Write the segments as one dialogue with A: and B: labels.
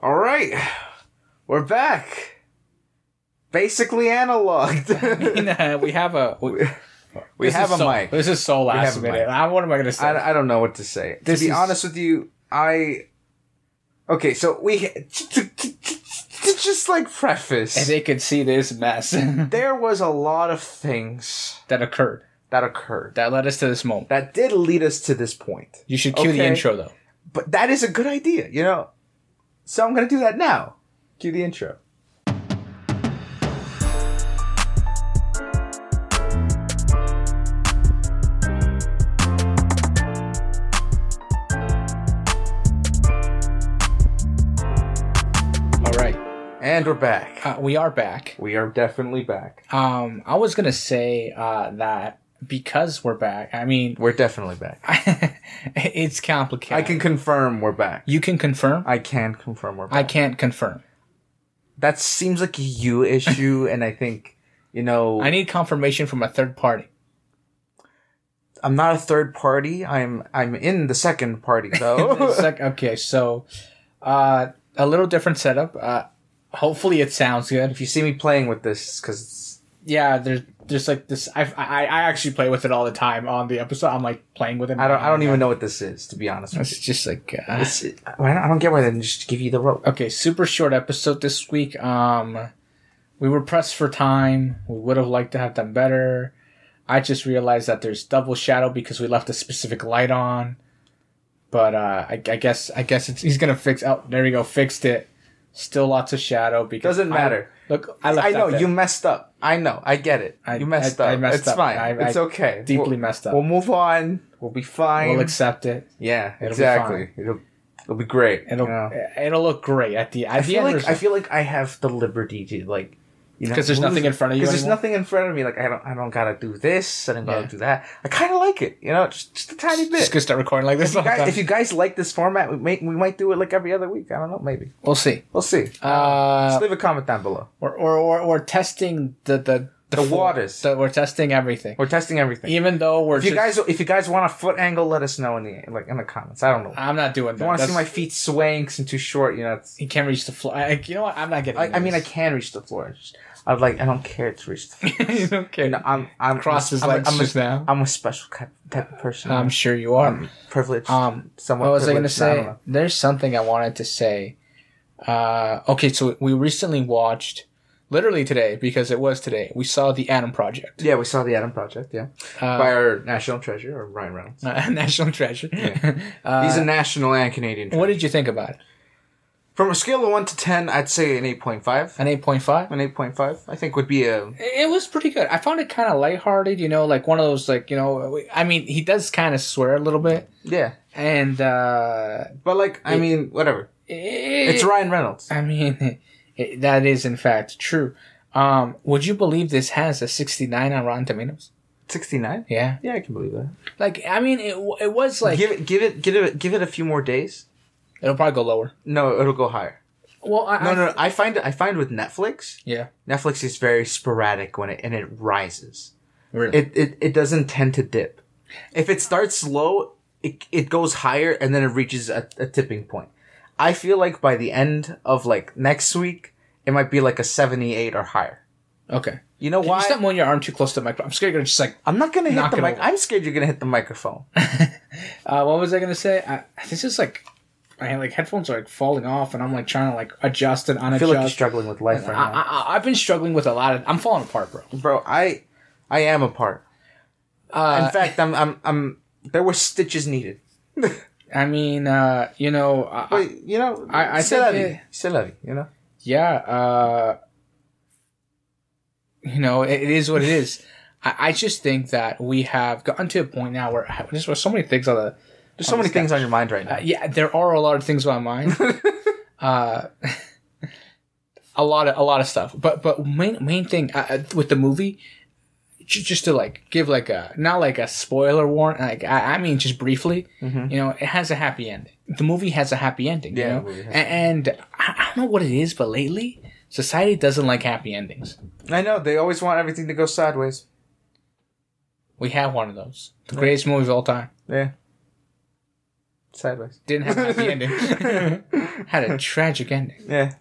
A: All right, we're back. Basically analog.
B: mean, uh, we have a we,
A: we
B: this
A: have
B: is
A: a
B: so-
A: mic.
B: This is so last
A: have a
B: minute.
A: mic.
B: I, what am I going to say?
A: I, I don't know what to say.
B: This
A: to be
B: is-
A: honest with you, I. Okay, so we to, to, to, to just like
B: if
A: preface,
B: they could see this mess that
A: there was a lot of things
B: occurred
A: that occurred
B: that led us to this moment.
A: that did lead us to this point.
B: You should cue the
A: Okay.
B: intro though.
A: But that is a good idea, you know. So I'm gonna do that now. Cue the intro.
B: All right,
A: And we're back.
B: uh, we are back.
A: We are definitely back.
B: Um, I was going to say uh, that because we're back. I mean,
A: We're definitely back.
B: it's complicated.
A: I can confirm we're back.
B: You can confirm.
A: I can confirm we're back.
B: I can't confirm.
A: That seems like a you issue, and I think, you know,
B: I need confirmation from a third party.
A: I'm not a third party. I'm I'm in the second party though.
B: It's like, okay, so uh, a little different setup. Uh, hopefully, it sounds good.
A: if you see me playing with this, because
B: Yeah, there's there's like this. I I, I actually play with it all the time on the episode. I'm like playing with it.
A: I don't I don't even know what this is to be honest with
B: It's
A: you.
B: just like uh,
A: It's, I don't- I don't get why they didn't just give you the rope.
B: okay, super short episode this week. Um, we were pressed for time. We would have liked to have done better. I just realized that there's double shadow because we left a specific light on. But uh, I, I guess I guess it's, he's gonna fix. Oh, there we go, fixed it. Still lots of shadow because
A: Doesn't
B: I-
A: matter.
B: look, I left.
A: I
B: that
A: know
B: there.
A: you messed up. I know. I get it.
B: I-
A: you messed
B: I- I
A: up.
B: messed
A: it's
B: up.
A: fine.
B: I-
A: it's
B: I
A: okay.
B: deeply
A: We'll-
B: messed up.
A: We'll move on. We'll be fine.
B: We'll accept it.
A: yeah,
B: be
A: exactly. It'll it'll be great.
B: It'll
A: you know?
B: it'll look great at the
A: I
B: at the
A: feel
B: end
A: like I feel like I have the liberty to like, you know,
B: 'Cause there's nothing in front of you
A: Because there's
B: anymore?
A: nothing in front of me. Like I don't, I don't gotta do this. I don't gotta
B: Yeah.
A: do that. I kind of like it. You know, just, just a tiny bit.
B: just gonna start recording like this.
A: If you,
B: all the
A: guys,
B: time.
A: if you guys like this format, we may, we might do it like every other week. I don't know. Maybe
B: we'll see.
A: we'll see.
B: Uh,
A: just leave a comment down below.
B: or or or, or testing the the
A: The
B: floor.
A: waters.
B: So we're testing everything,
A: We're testing everything.
B: even though we're
A: If you
B: just-
A: guys, if you guys want a foot angle, let us know in the like in the comments. I don't know. If
B: I'm not doing that.
A: you want to see
B: Uh, That's-
A: my feet swaying? 'cause I'm too short. You know, it's,
B: He can't reach the floor. I, you know what? I'm not getting.
A: I, I mean, I
B: into
A: can reach the floor. It's just- I'd like. I don't care to reach the floor.
B: this. you don't care.
A: No, I'm. I'm
B: Cross his
A: I'm, a-
B: legs
A: I'm a-
B: just now.
A: I'm a special type, type of person.
B: I'm sure you are.
A: privileged.
B: Um,
A: somewhat
B: what was I gonna
A: privileged, don't
B: say?
A: know.
B: There's something I wanted to say. Uh, okay, so we recently watched, literally today because it was today. We saw the Adam Project.
A: Yeah, we saw the Adam Project. Yeah,
B: Uh,
A: by our national treasure, or Ryan Reynolds.
B: Uh, National Treasure.
A: He's
B: uh,
A: a national and Canadian.
B: what
A: treasure.
B: did you think about it?
A: From a scale of one to ten, I'd say an eight point five.
B: An 8.5?
A: An eight point five, I think, would be a.
B: It was pretty good. I found it kind of lighthearted, you know, like one of those, like, you know, we- I mean, he does kind of swear a little bit.
A: Yeah,
B: And, uh,
A: but like, I mean, whatever. It's
B: it's
A: Ryan Reynolds.
B: I mean, it, that is, in fact, true. Um, would you believe this has a 69 on Rotten Tomatoes?
A: Sixty nine.
B: Yeah.
A: Yeah, I can believe that.
B: Like, I mean, it, w- it was like,
A: give it, give it, give it, give it a few more days.
B: it'll probably go lower.
A: No, it'll go higher.
B: Well, I,
A: No,
B: I-
A: no, no, I find I find with Netflix,
B: Yeah.
A: Netflix is very sporadic when it and it rises.
B: Really.
A: it, it, it doesn't tend to dip. If it starts low, it, it goes higher and then it reaches a, a tipping point. I feel like by the end of like next week, it might be like a 78 or higher.
B: okay.
A: You know
B: You
A: why?
B: step moving your arm too close to the microphone. I'm scared you're gonna just like
A: I'm not gonna hit
B: Knock
A: the
B: it
A: mic.
B: over.
A: I'm scared you're gonna hit the microphone.
B: Uh, what was I gonna say? I, this is like, my like headphones are like falling off, and I'm like trying to like adjust and
A: I feel like you're
B: unadjust.
A: struggling with life right
B: I,
A: now,
B: I, I, I've been struggling with a lot of. I'm falling apart, bro.
A: bro. I I am apart.
B: Uh,
A: In fact, I'm I'm I'm. There were stitches needed.
B: I mean, uh, you know, I, I-
A: But you know,
B: I- I
A: c'est
B: think
A: la vie.
B: it-
A: C'est la vie, you know.
B: yeah, uh, you know, it, it is what it is. I, I just think that we have gotten to a point now where there's so many things on the.
A: There's so many
B: this guy.
A: things on your mind right now.
B: Uh, yeah, there are a lot of things on my mind. uh, a lot of a lot of stuff. But but main main thing uh, uh, with the movie, ju- just to like give like a not like a spoiler warning. Like I, I mean, just briefly, you know, it has a happy ending. The movie has a happy ending.
A: Mm-hmm. Yeah, the
B: you know?
A: movie has-
B: and, and I, I don't know what it is, but lately society doesn't like happy endings.
A: I know they always want everything to go sideways.
B: We have one of those. The greatest movie of all time.
A: Yeah. Sideways.
B: Didn't have a happy ending. Had a tragic ending.
A: Yeah,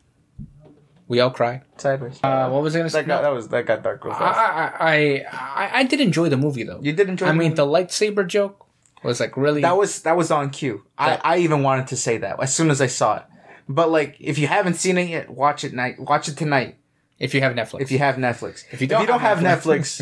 B: We all cried.
A: sideways.
B: Uh, what was I gonna say?
A: that got that was that got dark real
B: I,
A: fast.
B: I, I I I did enjoy the movie though.
A: you did enjoy.
B: I
A: the
B: mean,
A: movie?
B: the lightsaber joke was like really.
A: that was that was on cue.
B: That-
A: I I even wanted to say that as soon as I saw it. But like, if you haven't seen it yet, watch it night. Watch it tonight
B: if you have Netflix,
A: if you have Netflix.
B: If you don't
A: have,
B: have
A: Netflix.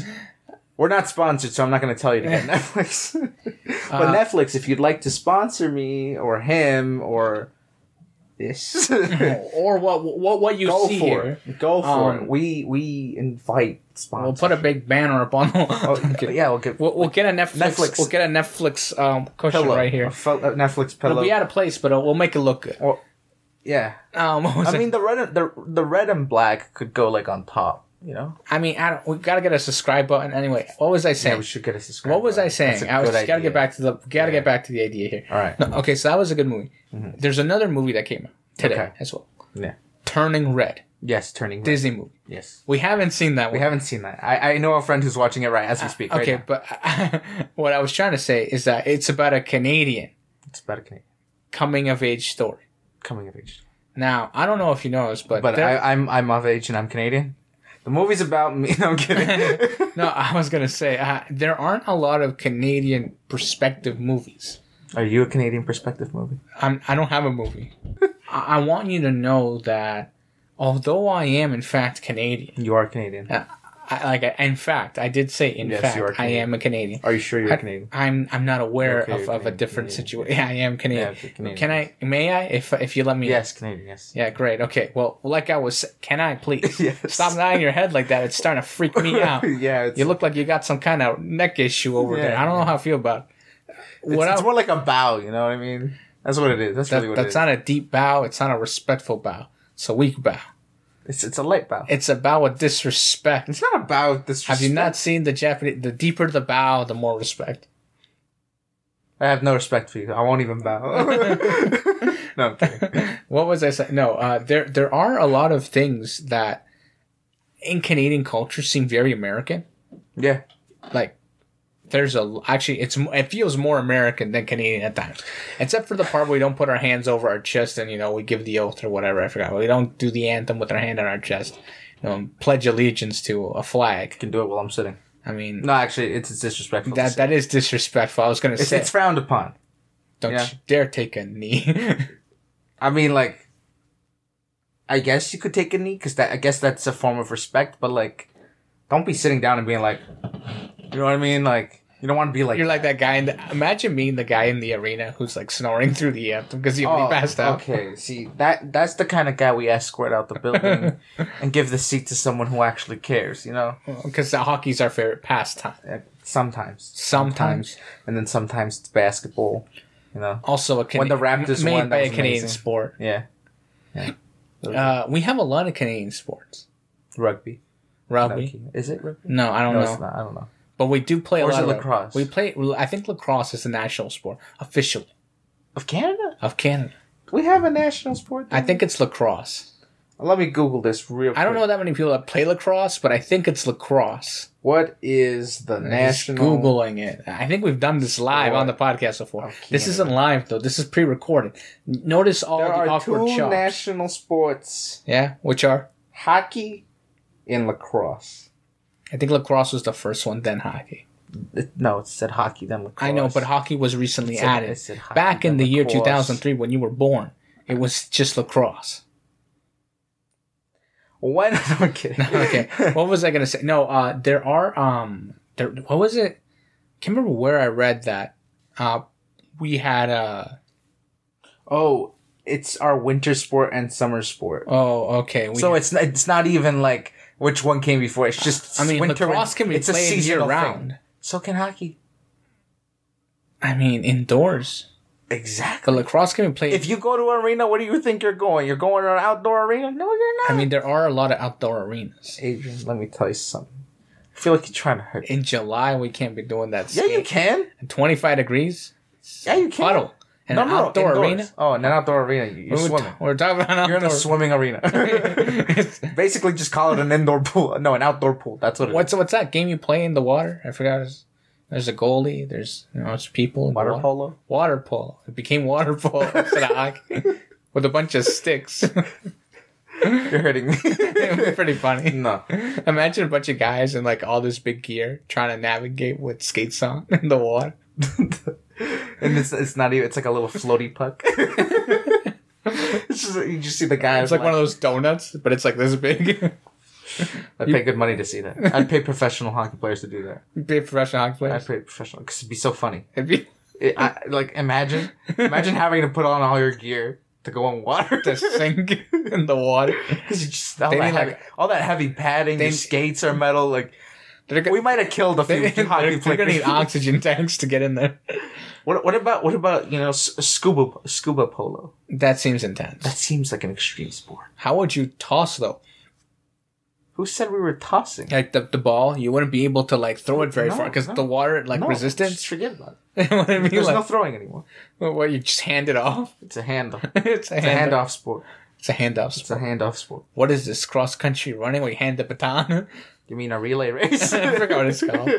A: We're not sponsored, so I'm not going to tell you to get Netflix. but
B: Uh,
A: Netflix, if you'd like to sponsor me or him or this, go
B: or what what what you
A: for
B: see here.
A: it. Go for
B: Um,
A: it. We we invite
B: We'll
A: sponsors.
B: put a big banner up on.
A: oh, yeah, we'll get
B: We'll, we'll get a Netflix,
A: Netflix.
B: We'll get a Netflix um, cushion
A: pillow A
B: right here.
A: fel- a Netflix
B: It'll
A: pillow.
B: be out of place, but it'll, we'll make it look good.
A: yeah,
B: Um, what was
A: I mean the red and, the the red and black could go like on top. You know,
B: I mean, I don't, we gotta get a subscribe button. Anyway, what was I
A: yeah,
B: saying?
A: we should get a subscribe.
B: what was I
A: button. That's
B: saying?
A: a
B: I was
A: good
B: just gotta
A: idea.
B: get back to the gotta
A: Yeah.
B: get back to the idea here.
A: All right.
B: No, okay, so that was a good movie. There's another movie that came out today
A: Mm-hmm. Okay.
B: as well.
A: Yeah.
B: Turning Red,
A: Yes, turning. Red.
B: Disney movie.
A: Yes,
B: We haven't seen that one.
A: we haven't seen that. I I know a friend who's watching it right as we speak.
B: Ah, okay,
A: right now.
B: but what I was trying to say is that it's about a Canadian
A: it's about a Canadian
B: coming of age story.
A: coming of age.
B: Now, I don't know if you know this, but,
A: But
B: there-
A: I, I'm I'm of age and I'm Canadian. The movie's about me. No, I'm kidding.
B: no, I was gonna say uh, there aren't a lot of Canadian perspective movies.
A: Are you a Canadian perspective movie?
B: I'm I don't have a movie. I, I want you to know that although I am in fact Canadian,
A: You are
B: Uh,
A: Canadian.
B: I, like I- in fact I did say in
A: Yes,
B: fact
A: you are
B: I
A: Canadian.
B: am a Canadian.
A: Are you sure you're
B: I,
A: Canadian?
B: I'm I'm not aware
A: Okay,
B: of,
A: you're
B: of a
A: Canadian,
B: different
A: Canadian.
B: situation. Yeah, I am Canadian.
A: Yeah, you're Canadian.
B: Can I? May I? If if you let me?
A: Yes, Canadian. Yes.
B: Yeah, great. Okay. Well, like I was. Can I please?
A: Yes.
B: Stop nodding your head like that. It's starting to freak me out.
A: yeah. It's,
B: You look like you got some kind of neck issue over
A: Yeah,
B: there. I don't know how I feel about. It.
A: it's,
B: What
A: it's
B: I-
A: more like a bow. You know what I mean? That's what it is. That's
B: that-
A: really what it
B: that's
A: is.
B: not a deep bow. It's not a respectful bow. It's a weak bow.
A: it's it's a light bow.
B: It's a bow of disrespect.
A: It's not a bow. with Disrespect.
B: Have you not seen the Japanese? The deeper the bow, the more respect.
A: I have no respect for you. I won't even bow. no, I'm kidding.
B: What was I saying? No, uh, there there are a lot of things that in Canadian culture seem very American.
A: Yeah.
B: Like there's a actually it's mo- it feels more American than Canadian at times, except for the part where we don't put our hands over our chest and you know we give the oath or whatever. I forgot. We don't do the anthem with our hand on our chest. You know, pledge allegiance to a flag.
A: Can do it while I'm sitting.
B: I mean,
A: No, actually, it's, it's disrespectful. to
B: that
A: sit.
B: that is disrespectful. I was gonna
A: it's,
B: say,
A: it's frowned upon.
B: don't
A: yeah.
B: you dare take a knee.
A: I mean, like, I guess you could take a knee because that I guess that's a form of respect. But like, don't be sitting down and being like, you know what I mean? Like, you don't want to be like,
B: You're like that guy in the. Imagine being the guy in the arena who's like snoring through the anthem because he already
A: Oh,
B: passed out.
A: Okay, see that that's the kind of guy we escort out the building and give the seat to someone who actually cares. You know,
B: Because hockey's our favorite pastime.
A: Uh, sometimes,
B: Sometimes,
A: and then sometimes it's basketball. You know,
B: also a Can-
A: When the Raptors
B: made
A: won, that
B: by a
A: was
B: Canadian
A: amazing.
B: sport.
A: yeah,
B: Uh, we have a lot of Canadian sports.
A: rugby.
B: Rugby?
A: Is it rugby?
B: No, I don't
A: No,
B: know.
A: it's not. I don't know.
B: But we do play a
A: Or is
B: lot
A: it
B: of
A: lacrosse?
B: We play. I think lacrosse is the national sport officially
A: Of Canada,
B: of Canada.
A: we have a national sport.
B: I
A: don't
B: think it's lacrosse.
A: we? Let me Google this real. quick.
B: I don't know that many people that play lacrosse, but I think it's lacrosse.
A: What is the national?
B: Just googling it. I think we've done this live
A: Sport
B: on the podcast before.
A: of
B: This
A: Canada.
B: isn't live though. This is pre-recorded. N- Notice all
A: There
B: the
A: are two
B: awkward shots.
A: national sports:
B: yeah, which are
A: hockey and lacrosse.
B: I think lacrosse was the first one, then hockey.
A: It- No, it said hockey then lacrosse.
B: I know, but hockey was recently
A: It said-
B: added.
A: it said hockey,
B: Back in
A: then
B: the year
A: lacrosse.
B: 2003, when you were born, it was just lacrosse.
A: when no, I'm kidding.
B: Okay, what was I gonna say? No, uh, there are um, there. What was it? Can't remember where I read that. Uh, we had uh
A: Oh, it's our winter sport and summer sport.
B: oh okay. We
A: so
B: had-
A: it's not, it's not even like which one came before. It's just
B: I mean,
A: winter. and-
B: lacrosse can be
A: it's a
B: played year
A: seasonal thing.
B: round.
A: So can hockey.
B: I mean, indoors. But
A: Exactly.
B: lacrosse can be played.
A: If you go to an arena, where do you think you're going? You're going to an outdoor arena? No, you're not.
B: I mean, there are a lot of outdoor arenas.
A: Adrian, let me tell you something. I feel like you're trying to hurt. me.
B: In July, we can't be doing that.
A: Yeah, you
B: skate.
A: can.
B: Twenty five degrees.
A: Yeah, you can.
B: Puddle. And
A: No,
B: an
A: no, no,
B: outdoor
A: indoors.
B: arena.
A: Oh, in an outdoor arena, you- you're
B: We were-
A: swimming.
B: We're talking about
A: You're in a
B: outdoor.
A: swimming arena. Basically, just call it an indoor pool. No, an outdoor pool. That's what it is.
B: what's what's that game you play in the water? I forgot. It's There's a goalie. There's you know, it's people.
A: Water
B: Wa-
A: polo.
B: Water polo. It became water polo instead of hockey with a bunch of sticks.
A: You're hurting me.
B: it was pretty funny.
A: no.
B: Imagine a bunch of guys in like all this big gear trying to navigate with skates on in the water.
A: And it's it's not even. It's like a little floaty puck. it's just, you just see the guy.
B: It's like one of those donuts, but it's like this big.
A: I'd pay good money to see that. I'd pay professional hockey players to do that.
B: Be a professional hockey player.
A: I'd pay professional because it'd be so funny.
B: It'd be
A: It, I, like imagine, imagine having to put on all your gear to go on water.
B: to sink in the water.
A: Because you just all
B: They
A: that,
B: need, like,
A: heavy, all that heavy padding,
B: they-
A: your skates are metal. Like
B: They're, go-
A: we might have killed a few
B: they're,
A: hockey
B: they're gonna need
A: players.
B: oxygen tanks to get in there.
A: What, what about what about you know s- scuba scuba polo?
B: That seems intense.
A: That seems like an extreme sport.
B: How would you toss though?
A: Who said we were tossing?
B: Like the, the ball, you wouldn't be able to like throw it very
A: No,
B: far because
A: no.
B: the water like
A: No, Just
B: resistance.
A: forget about it.
B: what I mean,
A: There's
B: like,
A: no throwing anymore.
B: what, what, you just hand it off.
A: It's a handoff.
B: it's a
A: It's a
B: hand off.
A: handoff sport.
B: It's a hand off.
A: It's a handoff sport.
B: What is this cross country running? where you hand the baton.
A: You mean a relay race?
B: I forgot what it's called.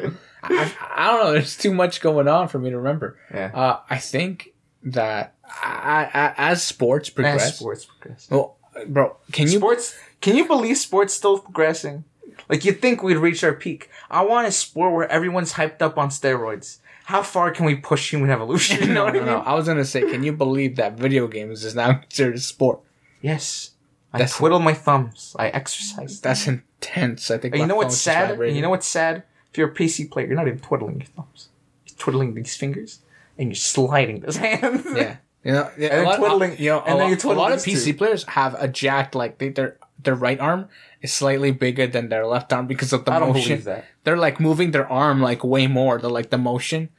B: I, I don't know. There's too much going on for me to remember.
A: Yeah.
B: Uh, I think that I, I, as sports progress,
A: As sports progress.
B: well, bro, can you
A: sports can you believe sports still progressing like you think we'd reach our peak i want a sport where everyone's hyped up on steroids how far can we push human evolution you know
B: no,
A: what
B: no,
A: I
B: no.
A: mean?
B: I was gonna say, can you believe that video games is now considered a sport?
A: yes i
B: That's-
A: twiddle my thumbs i exercise
B: That's intense. I think.
A: And you
B: my
A: know
B: phone
A: what's
B: just
A: sad
B: vibrated.
A: you know what's sad if you're a pc player you're not even twiddling your thumbs you're twiddling these fingers and you're sliding those hands
B: Yeah. You know, yeah,
A: then
B: a lot,
A: twiddling-
B: you know, a,
A: and then
B: lot,
A: you twiddle
B: a lot of
A: these two.
B: PC players have a jacked like they, their their right arm is slightly bigger than their left arm because of the
A: i don't
B: motion.
A: believe that
B: They're like moving their arm like way more than like the motion.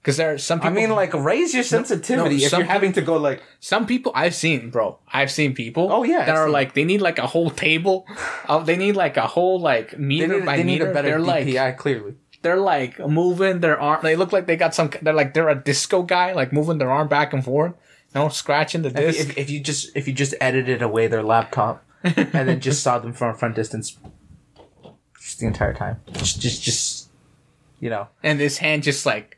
B: Because there are some
A: i
B: people.
A: mean like raise your sensitivity if
B: some
A: you're having to go like
B: some people I've seen, bro. I've seen people.
A: Oh, yeah,
B: that
A: I've
B: are
A: seen-
B: like they need like a whole table. Uh, they need like a whole like
A: they
B: meter
A: need,
B: by
A: they need
B: meter.
A: a better
B: they're
A: dpi
B: like
A: clearly
B: they're like moving their arm. They look like they got some. They're like they're a disco guy, like moving their arm back and forth. You know, scratching the disc.
A: if, if you just if you just edited away their laptop and then just saw them from a front distance just the entire time just just, just you know
B: and this hand just like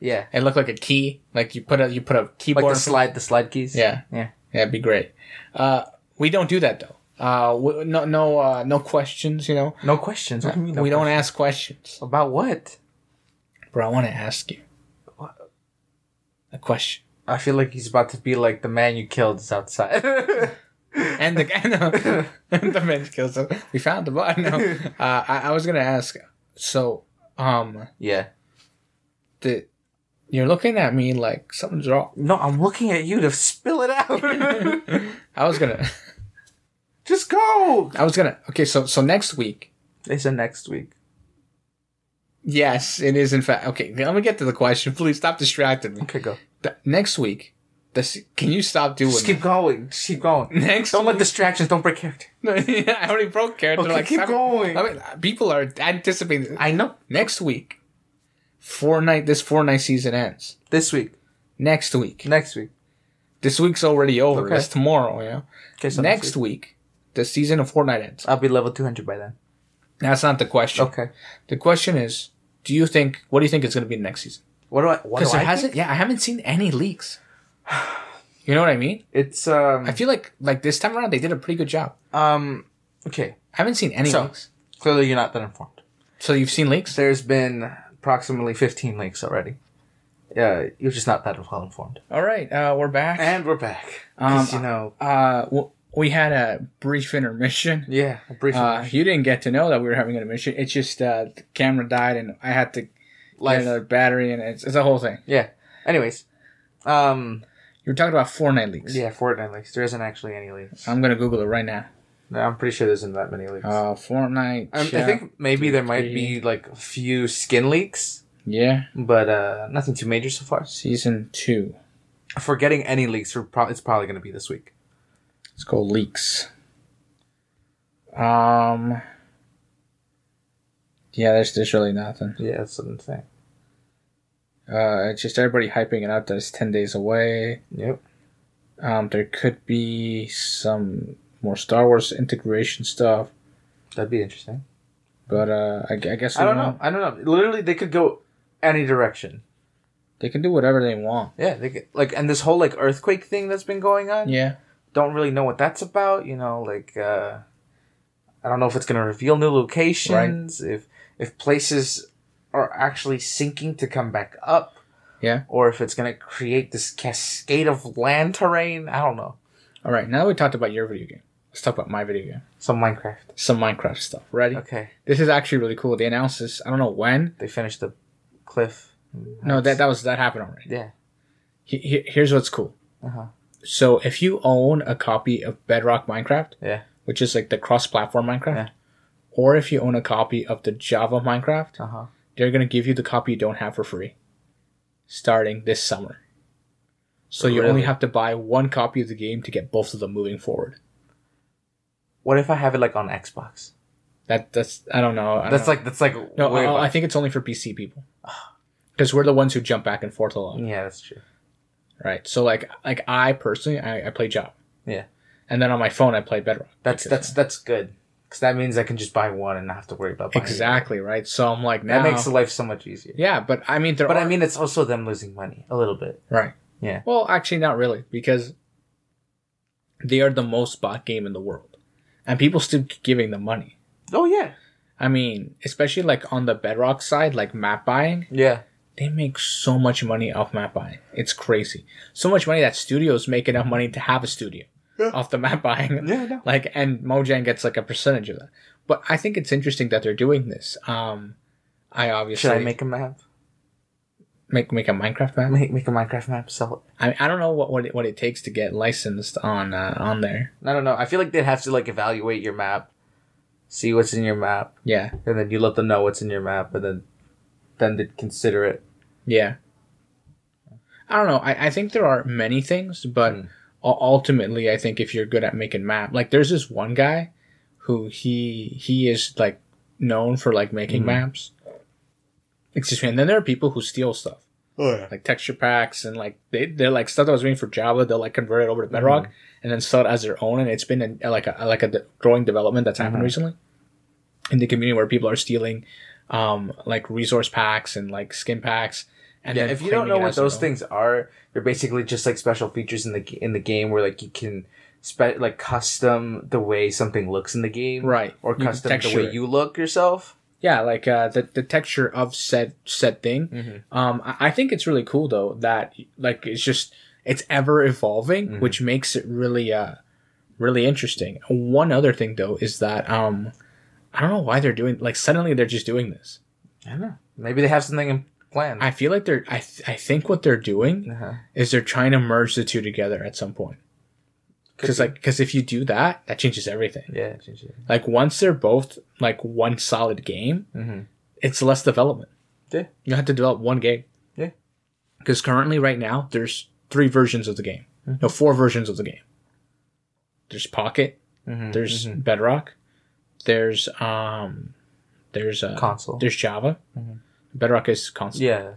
A: yeah
B: it looked like a key. Like you put a you put a keyboard.
A: like the
B: in front-
A: slide the slide keys
B: Yeah,
A: yeah
B: yeah, it'd be great. Uh, we don't do that though. Uh, we, no, no, uh, no questions. You know,
A: no questions what do you mean no
B: we don't
A: questions?
B: ask questions.
A: about what
B: Bro, I want to ask you a question.
A: I feel like he's about to be like the man you killed is outside
B: And the and the, and the man kills him. We found the button. No, uh, I, I was gonna ask. So, um,
A: yeah
B: the you're looking at me like something's wrong.
A: no I'm looking at you to spill it out
B: I was gonna.
A: just go
B: I was gonna. Okay, so so next week
A: they said next week
B: Yes, it is in fact. Okay, let me get to the question. Please stop distracting me.
A: okay go
B: Th- next week, the, s- can you stop doing
A: just keep
B: that?
A: going just keep going
B: Next
A: don't let distractions don't break character
B: week- I already broke character.
A: Okay,
B: like
A: keep
B: seven-
A: going.
B: I mean, people are anticipating.
A: I know
B: Next week, Fortnite, this Fortnite season ends.
A: this week
B: Next week.
A: next week
B: This week's already over.
A: Okay.
B: It's tomorrow, yeah?
A: okay so
B: next week, the season of Fortnite ends.
A: I'll be level 200 by then.
B: That's not the question.
A: Okay.
B: The question is, do you think, what do you think it's going to be next season?
A: What do I? What
B: Because
A: do
B: there
A: I
B: hasn't,
A: think?
B: yeah, I haven't seen any leaks. You know what I mean?
A: It's um
B: I feel like like this time around they did a pretty good job.
A: um okay.
B: I haven't seen any
A: So-
B: leaks.
A: Clearly, you're not that informed.
B: So you've seen leaks?
A: There's been approximately 15 leaks already. Yeah, you're just not that well informed.
B: All right, uh, we're back.
A: And we're back.
B: Um,
A: 'Cause, you know,
B: uh, w- we had a brief intermission.
A: yeah, a brief
B: Uh, you didn't get to know that we were having an intermission. It's just uh, the camera died and I had to get
A: life.
B: another battery and it's, it's a whole thing.
A: yeah. Anyways, um,
B: You were talking about Fortnite leaks.
A: yeah, Fortnite leaks. There isn't actually any leaks.
B: I'm gonna Google it right now.
A: No, I'm pretty sure there isn't that many leaks.
B: Uh, Fortnite.
A: I, I
B: yeah.
A: think maybe there might be like a few skin leaks,
B: yeah,
A: but uh, nothing too major so far.
B: season two.
A: If we're getting any leaks, we're pro- it's probably going to be this week.
B: Let's go leaks. Um. Yeah, there's there's really nothing.
A: Yeah, that's what I'm saying.
B: Uh, it's just everybody hyping it up that it's ten days away.
A: Yep.
B: Um, there could be some more Star Wars integration stuff,
A: That'd be interesting.
B: but uh, I, gu- I guess
A: I
B: we
A: don't know.
B: won't-
A: I don't know. Literally, they could go any direction.
B: They can do whatever they want.
A: Yeah, they could, like and this whole like earthquake thing that's been going on.
B: Yeah.
A: Don't really know what that's about. You know, like uh, I don't know if it's gonna reveal new locations. If if places are actually sinking to come back up.
B: Yeah.
A: Or if it's gonna create this cascade of land terrain. I don't know.
B: All right. Now that we talked about your video game, let's talk about my video game.
A: Some Minecraft.
B: Some Minecraft stuff. Ready?
A: Okay,
B: This is actually really cool. They announced this. I don't know when.
A: they finished the cliff.
B: No, that that was that happened already.
A: Yeah.
B: He- he- here's what's cool.
A: Uh-huh.
B: So if you own a copy of Bedrock Minecraft,
A: Yeah.
B: which is like the cross-platform Minecraft,
A: Yeah.
B: or if you own a copy of the Java Minecraft,
A: Uh huh.
B: they're gonna give you the copy you don't have for free, starting this summer. So you
A: Really?
B: only have to buy one copy of the game to get both of them moving forward.
A: What if I have it like on Xbox?
B: That that's I don't know. I don't
A: That's
B: know.
A: like that's like
B: no. oh,
A: way Ah.
B: I, I
A: above-
B: think it's only for PC people, because we're the ones who jump back and forth a lot.
A: yeah, that's true.
B: Right. So like like I personally I, I play Java.
A: Yeah.
B: And then on my phone I play Bedrock.
A: That's
B: Because-
A: that's that's good because that means I can just buy one and not have to worry about buying
B: exactly right. So I'm like
A: it.
B: now.
A: That makes life so much easier.
B: yeah, but I mean there
A: But
B: are,
A: I mean, it's also them losing money a little bit.
B: right.
A: Yeah.
B: Well, actually not really because they are the most bought game in the world. And people still keep giving them money.
A: Oh yeah,
B: I mean, especially like on the Bedrock side, like map buying,
A: yeah.
B: they make so much money off map buying. It's crazy. So much money that studios make enough money to have a studio
A: Yeah.
B: off the map buying.
A: Yeah, no.
B: like and Mojang gets like a percentage of that. But I think it's interesting that they're doing this. Um, I obviously
A: Should I make a map?
B: make make a Minecraft map?
A: Make make a Minecraft map? Sell it?
B: I I don't know what what it, what it takes to get licensed on uh, on there.
A: I don't know. I feel like they'd have to like evaluate your map, see what's in your map,
B: Yeah,
A: and then you let them know what's in your map, and then then they'd consider it.
B: yeah. I don't know. I, I think there are many things, but
A: Mm.
B: u- ultimately, I think if you're good at making map, like there's this one guy who he he is like known for like making
A: Mhm.
B: maps. Excuse me. And then there are people who steal stuff.
A: Oh yeah.
B: like texture packs and like they they're like stuff that was made for Java. They'll like convert it over to Bedrock
A: Mm-hmm.
B: and then sell it as their own. And it's been a, like a like a de- growing development that's happened
A: Mhm.
B: recently in the community where people are stealing um like resource packs and like skin packs. And
A: yeah,
B: then
A: if you don't
B: claiming
A: know
B: it
A: what
B: as their
A: those
B: own.
A: things are, they're basically just like special features in the g- in the game where like you can spe- like custom the way something looks in the game,
B: right
A: Or
B: You can
A: custom the
B: texture
A: way
B: it.
A: you look yourself.
B: yeah like uh the, the texture of said said thing.
A: Mhm.
B: Um, I, I think it's really cool though that like it's just it's ever evolving,
A: Mhm.
B: which makes it really uh really interesting. One other thing though is that um I don't know why they're doing like suddenly they're just doing this.
A: I don't know. Maybe they have something in plan.
B: I feel like they're I th- I think what they're doing
A: Uh-huh.
B: is they're trying to merge the two together at some point.
A: Could
B: Because
A: be.
B: like because if you do that, that changes everything.
A: yeah, change it.
B: Like once they're both like one solid game,
A: Mhm.
B: it's less development.
A: Yeah.
B: You have to develop one game.
A: Yeah.
B: Because currently, right now, there's three versions of the game.
A: Mm-hmm.
B: No, four versions of the game. There's Pocket.
A: Mhm.
B: There's
A: Mhm.
B: Bedrock. There's um, there's uh,
A: console.
B: There's Java.
A: Mhm.
B: Bedrock is console.
A: yeah.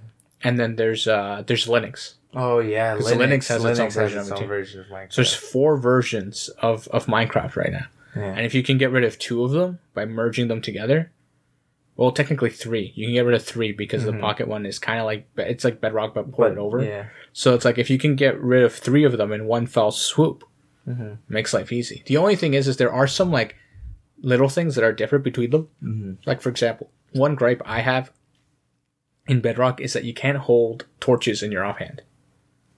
B: And then there's uh, there's Linux.
A: Oh yeah,
B: 'Cause Linux has its own version of it, too.
A: version of Minecraft.
B: So there's four versions of of Minecraft right now.
A: Yeah.
B: And if you can get rid of two of them by merging them together, well, technically three. You can get rid of three because the
A: Mhm.
B: Pocket one is kind of like it's like Bedrock but
A: But-
B: ported over.
A: Yeah.
B: So it's like if you can get rid of three of them in one fell swoop,
A: Mhm.
B: makes life easy. The only thing is, is there are some like little things that are different between them.
A: Mhm.
B: Like for example, one gripe I have in Bedrock is that you can't hold torches in your offhand.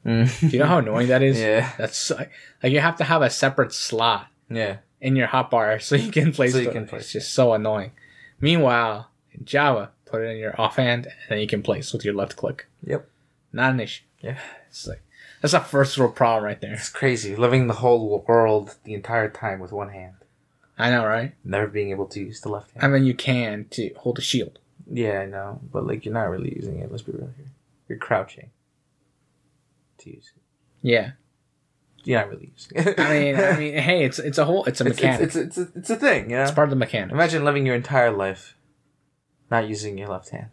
B: Do
A: Mm.
B: you know how annoying that is?
A: yeah.
B: That's like, like you have to have a separate slot
A: Yeah.
B: in your hotbar so you can play.
A: So you
B: stuff.
A: can play.
B: It's just so annoying. Meanwhile, in Java, put it in your offhand and then you can place with your left click.
A: Yep.
B: Not an issue.
A: Yeah.
B: It's like that's a first world problem right there.
A: It's crazy living the whole world the entire time with one hand,
B: I know, right?
A: never being able to use the left hand.
B: I mean, you can to hold a shield.
A: Yeah, I know, but like you're not really using it. Let's be real here. You're crouching to use it.
B: Yeah.
A: You're not really using it.
B: I mean, I mean, hey, it's it's a whole it's a
A: it's,
B: mechanic.
A: it's, it's,
B: It's,
A: it's, a, it's a thing, you know.
B: part of the mechanic.
A: Imagine living your entire life not using your left hand,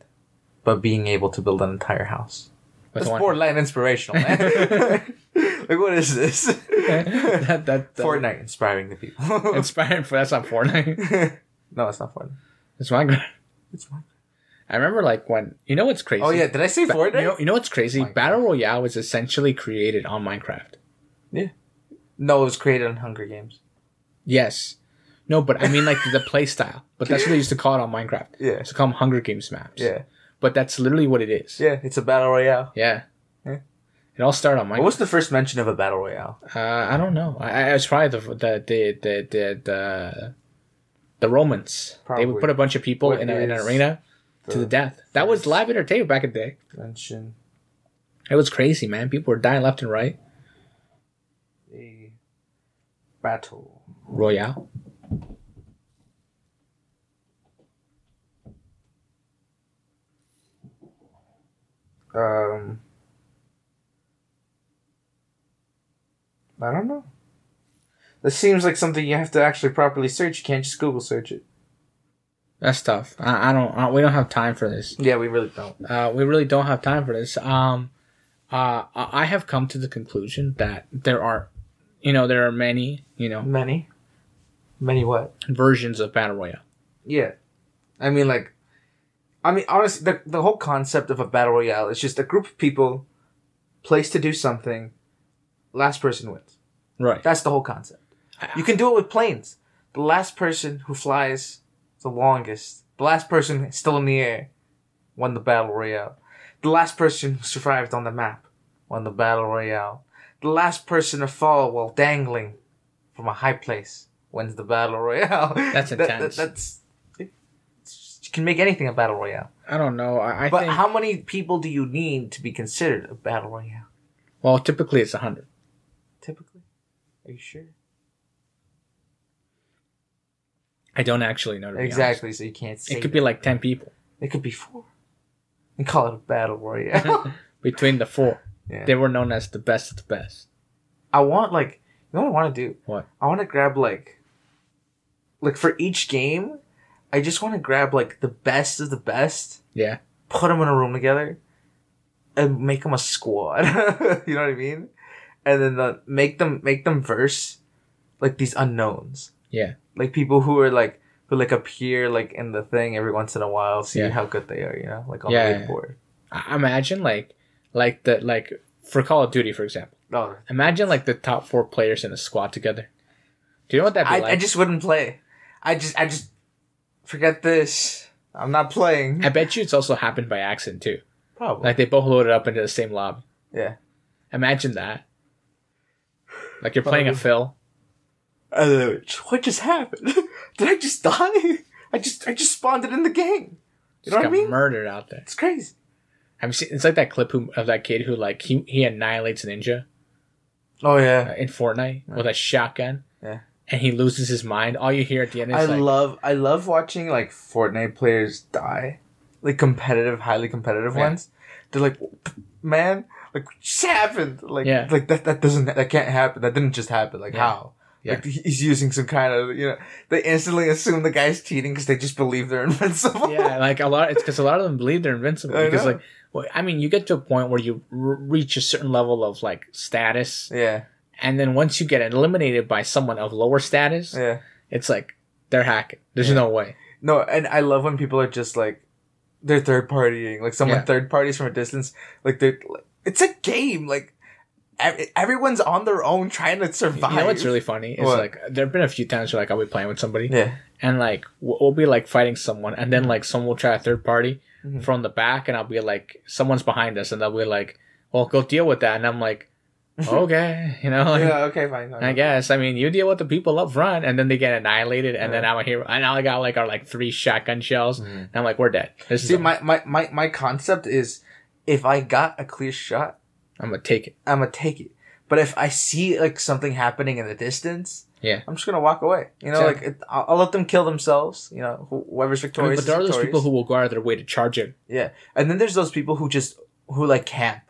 A: but being able to build an entire house.
B: With
A: That's
B: one-
A: borderline inspirational, man. like, what is this?
B: that, that, that
A: Fortnite inspiring the people.
B: Inspired for that's not Fortnite.
A: no, it's not Fortnite.
B: It's Minecraft.
A: It's Minecraft.
B: I remember like when you know what's crazy.
A: Oh yeah, did I say
B: Ba-
A: Fortnite?
B: You know, you know what's crazy?
A: Minecraft.
B: Battle Royale was essentially created on Minecraft.
A: no, it was created on Hunger Games.
B: Yes. No, but I mean like the play style. But that's what they used to call it on Minecraft.
A: Yeah.
B: It's called Hunger Games maps.
A: Yeah,
B: But that's literally what it is.
A: yeah, it's a battle royale.
B: Yeah.
A: Yeah.
B: It all started on
A: What
B: Minecraft.
A: was the first mention of a battle royale?
B: Uh, I don't know. I, I it's probably the the the the the the, the Romans. They
A: Probably.
B: would put a bunch of people
A: What
B: in, a, in an
A: is
B: arena to the
A: The
B: death. That was
A: first-
B: live entertainment back in the day.
A: mention
B: It was crazy, man. People were dying left and right.
A: a battle.
B: Royale.
A: Um, I don't know. This seems like something you have to actually properly search. You can't just Google search it.
B: That's tough. I, I don't. I, we don't have time for this.
A: Yeah, we really don't.
B: Uh, we really don't have time for this. Um, uh, I I have come to the conclusion that there are, you know, there are many, you know,
A: Many, many what?
B: versions of battle royale.
A: Yeah. I mean, like, I mean, honestly, the, the whole concept of a battle royale is just a group of people placed to do something, last person wins.
B: Right.
A: That's the whole concept. You can do it with planes. The last person who flies the longest, the last person still in the air, won the battle royale. The last person who survived on the map won the battle royale. The last person to fall while dangling from a high place wins the battle royale.
B: That's intense.
A: that's it's- you can make anything a battle royale.
B: I don't know. I, I
A: But
B: think.
A: how many people do you need to be considered a battle royale?
B: well, typically it's hundred.
A: Typically, are you sure?
B: I don't actually know. To be
A: Exactly. So you can't.
B: honest.
A: Say
B: It could
A: that.
B: be like ten people
A: It could be four. And call it a battle royale.
B: between the four.
A: Yeah.
B: They were known as the best of the best.
A: I want like you know what I want to do?
B: What?
A: I want to grab like like for each game, I just want to grab like the best of the best,
B: Yeah.
A: put them in a room together, and make them a squad. you know what I mean? And then the, make them make them verse like these unknowns,
B: Yeah.
A: like people who are like who like appear like in the thing every once in a while, see
B: Yeah.
A: how good they are. You know, like on
B: Yeah,
A: the
B: yeah.
A: leaderboard.
B: I, imagine like like the like for Call of Duty for example.
A: No,
B: Imagine like the top four players in a squad together. Do you know what that'd be
A: I,
B: like?
A: I just wouldn't play. I just I just forget this. I'm not playing.
B: I bet you it's also happened by accident too.
A: Probably.
B: Like they both loaded up into the same lobby.
A: yeah.
B: Imagine that. Like you're playing a
A: Probably.
B: Phil.
A: I don't know. Uh, What just happened? Did I just die? I just I just spawned it in the game. You know
B: just
A: what I
B: got
A: mean?
B: murdered out there.
A: It's crazy.
B: Have you seen, it's like that clip who, of that kid who like he, he annihilates ninja
A: Oh
B: uh,
A: yeah.
B: in Fortnite with a shotgun.
A: Yeah.
B: And he loses his mind. All you hear at the end is
A: I
B: like,
A: love I love watching like Fortnite players die. Like competitive, highly competitive
B: Yeah.
A: ones. They're like, man, like what just happened? Like
B: Yeah.
A: like that that doesn't that can't happen. That didn't just happen. Like
B: Yeah.
A: how?
B: Yeah.
A: Like he's using some kind of you know they instantly assume the guy's cheating because they just believe they're invincible.
B: yeah, like a lot. It's because a lot of them believe they're invincible.
A: I
B: because
A: know.
B: like, well, I mean, you get to a point where you r- reach a certain level of like status,
A: Yeah.
B: and then once you get eliminated by someone of lower status,
A: Yeah.
B: it's like they're hacking. There's
A: Yeah.
B: no way.
A: No, and I love when people are just like they're third partying, like someone
B: Yeah.
A: third parties from a distance. Like they're, like, it's a game. Like ev- everyone's on their own trying to survive.
B: You know what's really funny is
A: What?
B: like there have been a few times where like I'll be playing with somebody,
A: yeah,
B: and like we'll, we'll be like fighting someone, and
A: Mm-hmm.
B: then like someone will try a third party
A: Mhm.
B: from the back, and I'll be like, someone's behind us, and they'll be like, well, go deal with that, and I'm like, okay, you know, like,
A: yeah. Okay, fine. fine.
B: I guess. I mean, you deal with the people up front, and then they get annihilated, and then I'm a hero. And now I got like our like three shotgun shells, and I'm like, we're dead. This
A: Mm-hmm. See,
B: is
A: my, my my my concept is if I got a clear shot,
B: I'm gonna take it.
A: I'm gonna take it. But if I see like something happening in the distance,
B: Yeah.
A: I'm just gonna walk away. You know,
B: Exactly.
A: like it, I'll, I'll let them kill themselves. You know, wh- whoever's
B: I mean,
A: victorious.
B: but
A: is
B: there are those
A: victorious.
B: people who will go out of their way to charge it.
A: Yeah. And then there's those people who just who like camp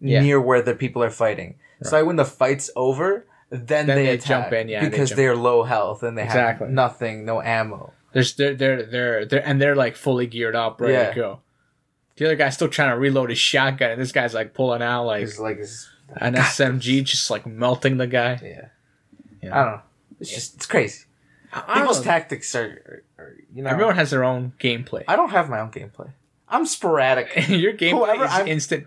B: Yeah.
A: near where the people are fighting. So like when the fight's over, then,
B: Then
A: they,
B: they
A: attack
B: jump in, yeah, they
A: because
B: jump
A: they are low health and they
B: Exactly.
A: have nothing, no ammo.
B: There's they're they're they're, they're and they're like fully geared up, ready
A: Yeah.
B: to go. The other guy's still trying to reload his shotgun, and this guy's like pulling out like
A: It's like it's,
B: an SMG, just like melting the guy.
A: yeah.
B: Yeah.
A: I don't know. It's just it's crazy.
B: I, I, don't
A: People's
B: know.
A: tactics are, are, are you know
B: Everyone has their own gameplay.
A: I don't have my own gameplay. I'm sporadic.
B: Your
A: Whoever
B: gameplay is
A: I'm-
B: instant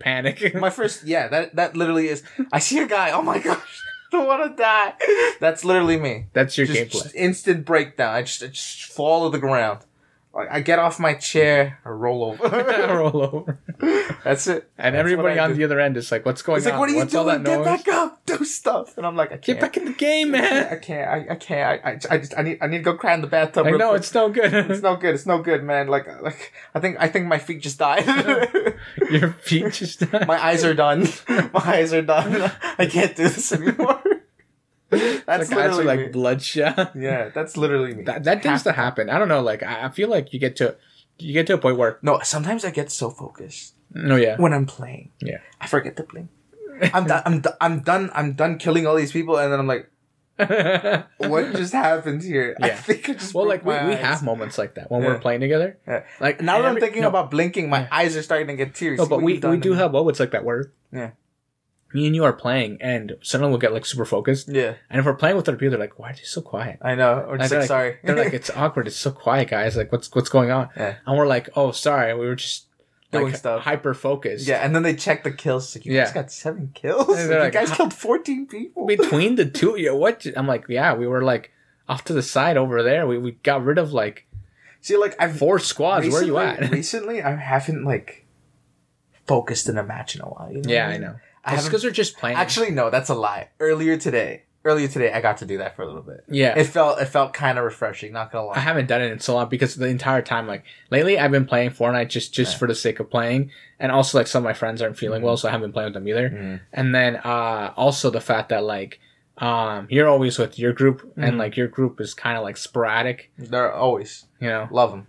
B: panic.
A: My first, yeah, that that literally is. I see a guy. Oh my gosh, I don't want to die. That's literally me.
B: That's your
A: Just,
B: gameplay.
A: just instant breakdown. I just, I just fall to the ground. Like I get off my chair, I roll over.
B: Roll over.
A: That's it.
B: And
A: That's
B: everybody
A: what I
B: on
A: do.
B: the other end is like, "What's going
A: It's
B: on?
A: like, what are you
B: What's all
A: doing?
B: that
A: Get
B: noise?
A: back up, do stuff. And I'm like, I can't.
B: Get back in the game, man!"
A: I can't. I, I can't. I, I, I just I need I need to go cry in the bathtub.
B: I
A: real
B: know
A: quick.
B: it's no
A: it's
B: good.
A: no good. It's no good, man. Like like I think I think my feet just died.
B: Your feet just
A: my eyes are done. My eyes are done. I can't do this anymore. That's
B: like, eyes are
A: literally
B: like
A: me.
B: bloodshot.
A: yeah. That's literally me.
B: That that tends to happen. I don't know. Like I, I feel like you get to you get to a point where
A: no, sometimes I get so focused
B: no, yeah,
A: when I'm playing.
B: Yeah.
A: I forget to blink. I'm done. I'm, do- I'm done. I'm done killing all these people, and then I'm like, what just happened here? I
B: Yeah.
A: think I just
B: well, like
A: broke my
B: we, we
A: eyes.
B: have moments like that when
A: Yeah.
B: we're playing together.
A: Yeah.
B: Like
A: Now that I'm
B: every-
A: thinking
B: no,
A: about blinking, my eyes are starting to get tears.
B: No, but we, we do
A: have.
B: have moments like that where
A: Yeah.
B: me and you are playing, and suddenly we'll get like super focused.
A: Yeah,
B: And if we're playing with other people, they're like, "Why are you so quiet?"
A: I know. Or just
B: And
A: like,
B: they're
A: sorry.
B: they're like, "It's awkward. It's so quiet, guys. Like, what's what's going on?"
A: Yeah.
B: And we're like, "Oh, sorry. We were just
A: Doing stuff.
B: hyper focused."
A: yeah, and then they check the kills. Like, you
B: Yeah.
A: guys got seven kills.
B: And they're
A: you
B: like,
A: guys
B: "Huh?"
A: killed fourteen people.
B: between the two yeah what i'm like yeah we were like off to the side over there we, we got rid of like
A: See, like I've
B: four squads where are you
A: recently-
B: at
A: recently, I haven't like focused in a match in a while. You know
B: yeah
A: what
B: i
A: mean? I
B: know it's
A: haven't-
B: because we're just playing
A: Actually, no, that's a lie. Earlier today, earlier today, I got to do that for a little bit.
B: yeah
A: It felt it felt kind of refreshing. Not gonna
B: i
A: lie.
B: haven't done it in so long because the entire time like lately i've been playing fortnite just just for the sake of playing and also like some of my friends aren't feeling
A: Mm-hmm.
B: well so i haven't been playing with them either
A: Mhm.
B: and then uh also the fact that like um you're always with your group and
A: Mhm.
B: like your group is kind of like sporadic
A: They're always
B: you know
A: love them.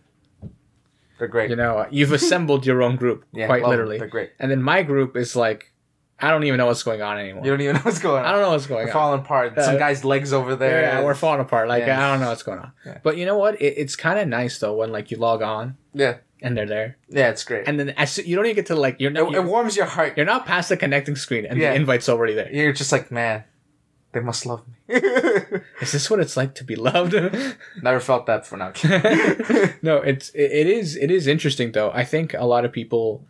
A: They're great.
B: you know you've assembled your own group quite
A: love 'em.
B: literally
A: they're great.
B: And then my group is like, I don't even know what's going on anymore.
A: You don't even know what's going on.
B: I don't know what's going
A: We're
B: on.
A: falling apart.
B: Yeah.
A: Some guy's legs over there.
B: Yeah, we're falling apart. Like
A: Yeah.
B: I don't know what's going on.
A: Yeah.
B: But you know what? It, it's kind of nice though when like you log on
A: yeah,
B: and they're there,
A: yeah. It's great.
B: and then as soo- you don't even get to like you're
A: it,
B: not
A: it
B: you're,
A: warms your heart.
B: you're not past the connecting screen, and
A: Yeah.
B: the invite's already there.
A: You're just like, man, they must love me.
B: Is this what it's like to be loved?
A: Never felt that for now.
B: no, it's it, it is it is interesting though. I think a lot of people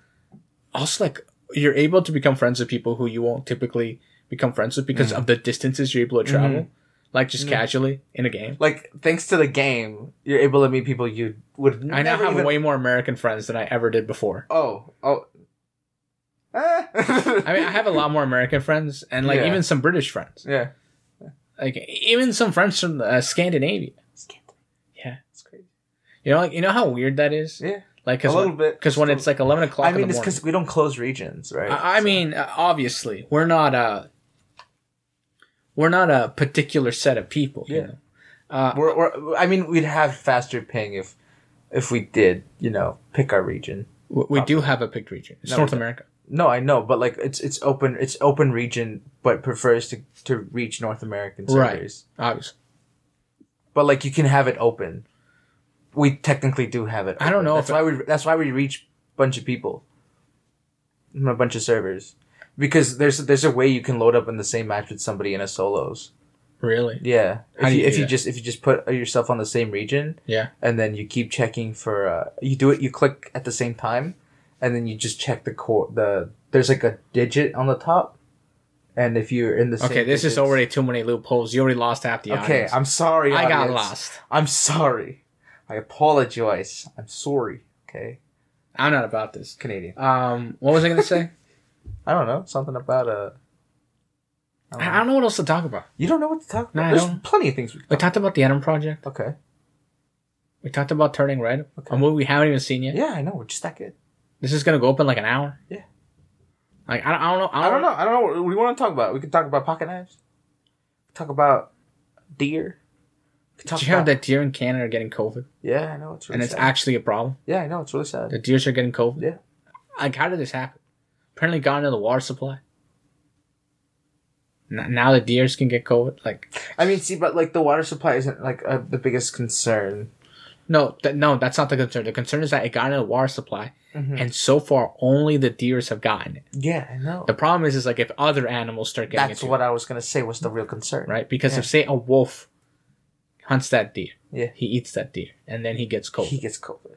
B: also like you're able to become friends with people who you won't typically become friends with because
A: Mm.
B: of the distances you're able to travel,
A: Mm-hmm.
B: like just casually in a game.
A: like, thanks to the game, you're able to meet people you would.
B: I now
A: never
B: have
A: even-
B: way more American friends than I ever did before.
A: Oh, oh.
B: I mean, I have a lot more American friends, and like
A: Yeah.
B: even some British friends,
A: yeah.
B: like even some friends from uh, Scandinavia. Yeah.
A: it's crazy.
B: You know, like you know how weird that is.
A: Yeah,
B: Like,
A: a
B: cause
A: little
B: when,
A: bit.
B: because when it's like eleven o'clock.
A: I mean,
B: in the
A: it's
B: morning,
A: because we don't close regions, right?
B: I, I
A: So-
B: mean, uh, obviously, we're not a we're not a particular set of people. you
A: Yeah.
B: know? Uh,
A: we're, we're. I mean, we'd have faster ping if, if we did, you know, pick our region.
B: we, we do have a picked region. It's
A: No,
B: North
A: we don't.
B: America.
A: No, I know, but like it's it's open it's open region, but prefers to to reach North American
B: Right.
A: servers.
B: Obviously,
A: But like you can have it open. We technically do have it.
B: I don't
A: open.
B: know
A: That's
B: if
A: why we that's why we reach a bunch of people, a bunch of servers, because there's there's a way you can load up in the same match with somebody in a solos.
B: really.
A: Yeah,
B: How
A: if you,
B: do you do
A: if you
B: that?
A: just if you just put yourself on the same region,
B: Yeah.
A: and then you keep checking for uh, you do it you click at the same time and then you just check the core the there's like a digit on the top and if you're in the same
B: Okay, this is
A: digits-
B: already too many loopholes. You already lost half the
A: okay
B: audience.
A: i'm sorry
B: I got
A: audience.
B: lost.
A: i'm sorry i apologize i'm sorry okay
B: I'm not about this.
A: canadian
B: Um, what was I going to say?
A: i don't know something about uh I
B: I
A: don't
B: I
A: know.
B: don't know what else to talk about.
A: you don't know what to talk
B: No,
A: about
B: I
A: there's
B: don't.
A: plenty of things we
B: We
A: can talk
B: talked about the Adam Project.
A: okay
B: We talked about Turning Red,
A: Okay.
B: a movie we haven't even seen yet.
A: yeah i know we're just that good
B: This is going to go up in like an hour.
A: Yeah.
B: Like I don't, I don't know.
A: i don't know i don't know what we want to talk about we could talk about pocket knives talk about deer We could
B: Did
A: talk
B: you hear
A: about-
B: that deer in Canada are getting COVID,
A: Yeah, I know it's really
B: and it's
A: sad.
B: actually a problem?
A: yeah, I know it's really sad.
B: The deers are getting COVID.
A: Yeah.
B: Like, how did this happen? Apparently, got into the water supply. N- now the deers can get COVID. Like,
A: I mean, see, but like the water supply isn't like uh, the biggest concern.
B: no, th- no, that's not the concern. The concern is that it got into the water supply,
A: Mhm.
B: and so far only the deers have gotten it.
A: Yeah, I know.
B: The problem is, is like if other animals start getting
A: That's
B: it, too,
A: what I was gonna say was the real concern.
B: right? Because
A: Yeah.
B: if say a wolf hunts that deer,
A: Yeah.
B: he eats that deer, and then he gets COVID.
A: He gets COVID.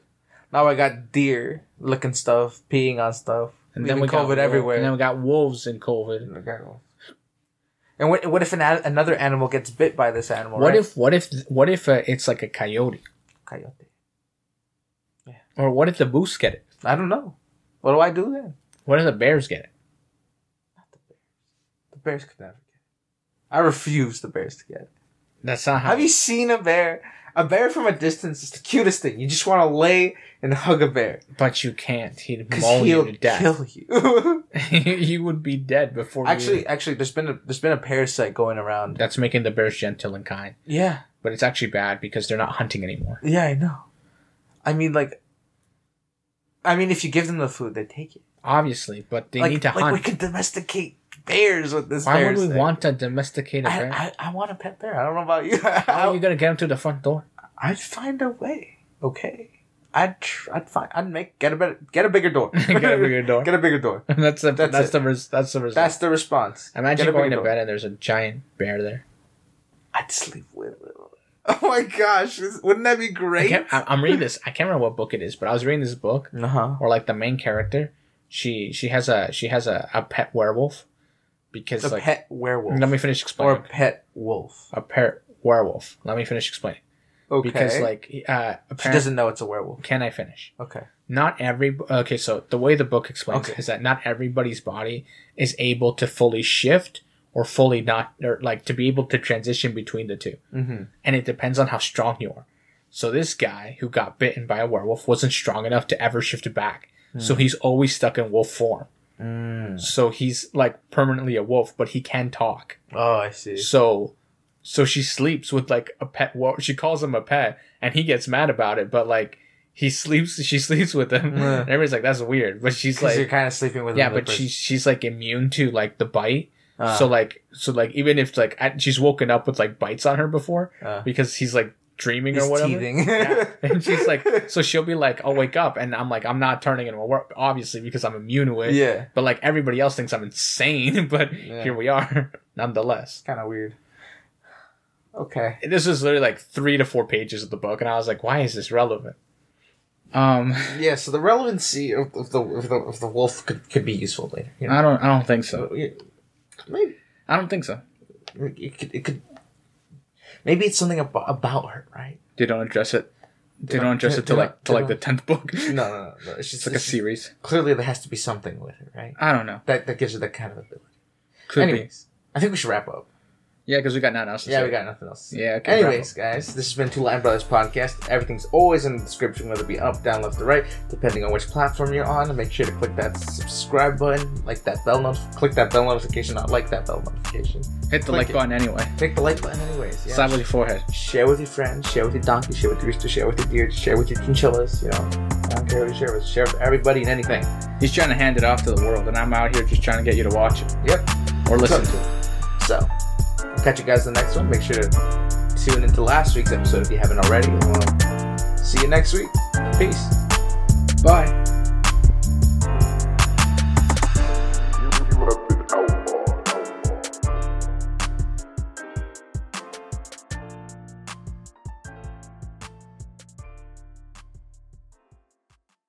A: Now I got deer licking stuff, peeing on stuff.
B: And
A: leaving
B: then we got
A: COVID
B: wo-
A: everywhere.
B: And then we got wolves in COVID.
A: And what, what if an, a- another animal gets bit by this animal?
B: What
A: right?
B: if? What if? What if uh, it's like a coyote?
A: coyote?
B: Or what if the moose get it?
A: I don't know. What do I do then?
B: What if the bears get it?
A: The bears could never get. it. I refuse the bears to get. It.
B: That's not how.
A: Have you seen a bear? A bear from a distance is the cutest thing. You just want to lay and hug a bear
B: but you can't. He'd
A: because
B: maul
A: he'll
B: you to death.
A: kill you.
B: you would be dead before. you-
A: actually, actually, there's been a there's been a parasite going around.
B: that's making the bears gentle and kind.
A: Yeah,
B: But it's actually bad because they're not hunting anymore.
A: yeah, I know. I mean, like, I mean, if you give them the food, they take it.
B: Obviously, but they
A: like,
B: need to
A: like
B: hunt.
A: we could domesticate bears with this.
B: Why would
A: bears
B: we
A: thing.
B: want to domesticate a bear?
A: I, I, I want a pet bear. I don't know about you.
B: How are you gonna get him to the front door?
A: I'd find a way. Okay. I'd tr- I'd find I'd make get a better get a bigger door.
B: Get a bigger door.
A: get a bigger door.
B: that's the
A: That's
B: that's,
A: it.
B: the res, that's the result.
A: That's the response.
B: Imagine
A: Get a
B: going
A: bigger
B: to
A: door.
B: bed and there's a giant bear there.
A: I'd sleep with. Oh my gosh! this- Wouldn't that be
B: I
A: great?
B: can't, I, I'm reading this. I can't remember what book it is, but I was reading this book
A: Uh huh.
B: or like the main character. She she has a she has a, a pet werewolf because
A: A
B: like
A: pet werewolf
B: let me finish explaining
A: or a pet wolf.
B: a pet werewolf. Let me finish explaining
A: Okay.
B: because like uh
A: she
B: apparently
A: doesn't know it's a werewolf.
B: can I finish?
A: Okay.
B: not every okay so the way the book explains it
A: Okay.
B: is that not everybody's body is able to fully shift or fully not or like to be able to transition between the two
A: Mm-hmm.
B: and it depends on how strong you are so this guy who got bitten by a werewolf wasn't strong enough to ever shift back so
A: Hmm.
B: he's always stuck in wolf form
A: Mm.
B: so he's like permanently a wolf but he can talk
A: Oh, I see.
B: so so she sleeps with like a pet wor- she calls him a pet and he gets mad about it, but like he sleeps she sleeps with him.
A: Yeah.
B: And everybody's like, that's weird. But she's
A: Because you're
B: like
A: kind of sleeping with.
B: Yeah,
A: another
B: but
A: person.
B: she's she's like immune to like the bite.
A: Uh,
B: So like so like even if like I, she's woken up with like bites on her before
A: uh,
B: because he's like dreaming
A: he's
B: or whatever.
A: teething.
B: Yeah. And she's like so she'll be like, I'll wake up and I'm like, I'm not turning into a werewolf obviously because I'm immune to it.
A: yeah.
B: But like everybody else thinks I'm insane, but
A: Yeah.
B: here we are, nonetheless.
A: Kind of weird. Okay.
B: this was literally like three to four pages of the book, and I was like, why is this relevant? Um,
A: Yeah, so the relevancy of, of the of the of the wolf could, could be useful later. You know?
B: I don't, I don't think so.
A: So, yeah, maybe
B: I don't think so.
A: it could, it could maybe it's something about, about her, right?
B: They don't address it. They
A: They
B: don't address
A: don't-
B: it till
A: they
B: like
A: don't-
B: till
A: they
B: like the tenth book.
A: No, no, no. no. It's
B: It's
A: just
B: like a series.
A: Clearly, there has to be something with her, right?
B: I don't know.
A: That that gives her that kind of ability.
B: Could be.
A: Anyways, I think we should wrap up.
B: Yeah, because we got nothing else. To
A: Yeah,
B: say.
A: we got nothing else. to say.
B: Yeah, okay,
A: Anyways, guys, this has been Two Line Brothers podcast. Everything's always in the description, whether it be up, down, left, or right, depending on which platform you're on. And make sure to click that subscribe button, like that bell notif- click that bell notification, not like that bell notification.
B: Hit the
A: Click
B: like
A: it.
B: button anyway.
A: Click the like button, anyways. Yeah.
B: Slap with your forehead.
A: share with your friends, share with your donkey, share with your rooster, share with your deer, share with your chinchillas. You know, I don't care who you share with. Share with everybody and anything.
B: He's trying to hand it off to the world, and I'm out here just trying to get you to watch it
A: Yep.
B: or listen
A: So-
B: to it.
A: So, I'll catch you guys in the next one. Make sure to tune into last week's episode if you haven't already. And we'll see you next week. Peace.
B: Bye.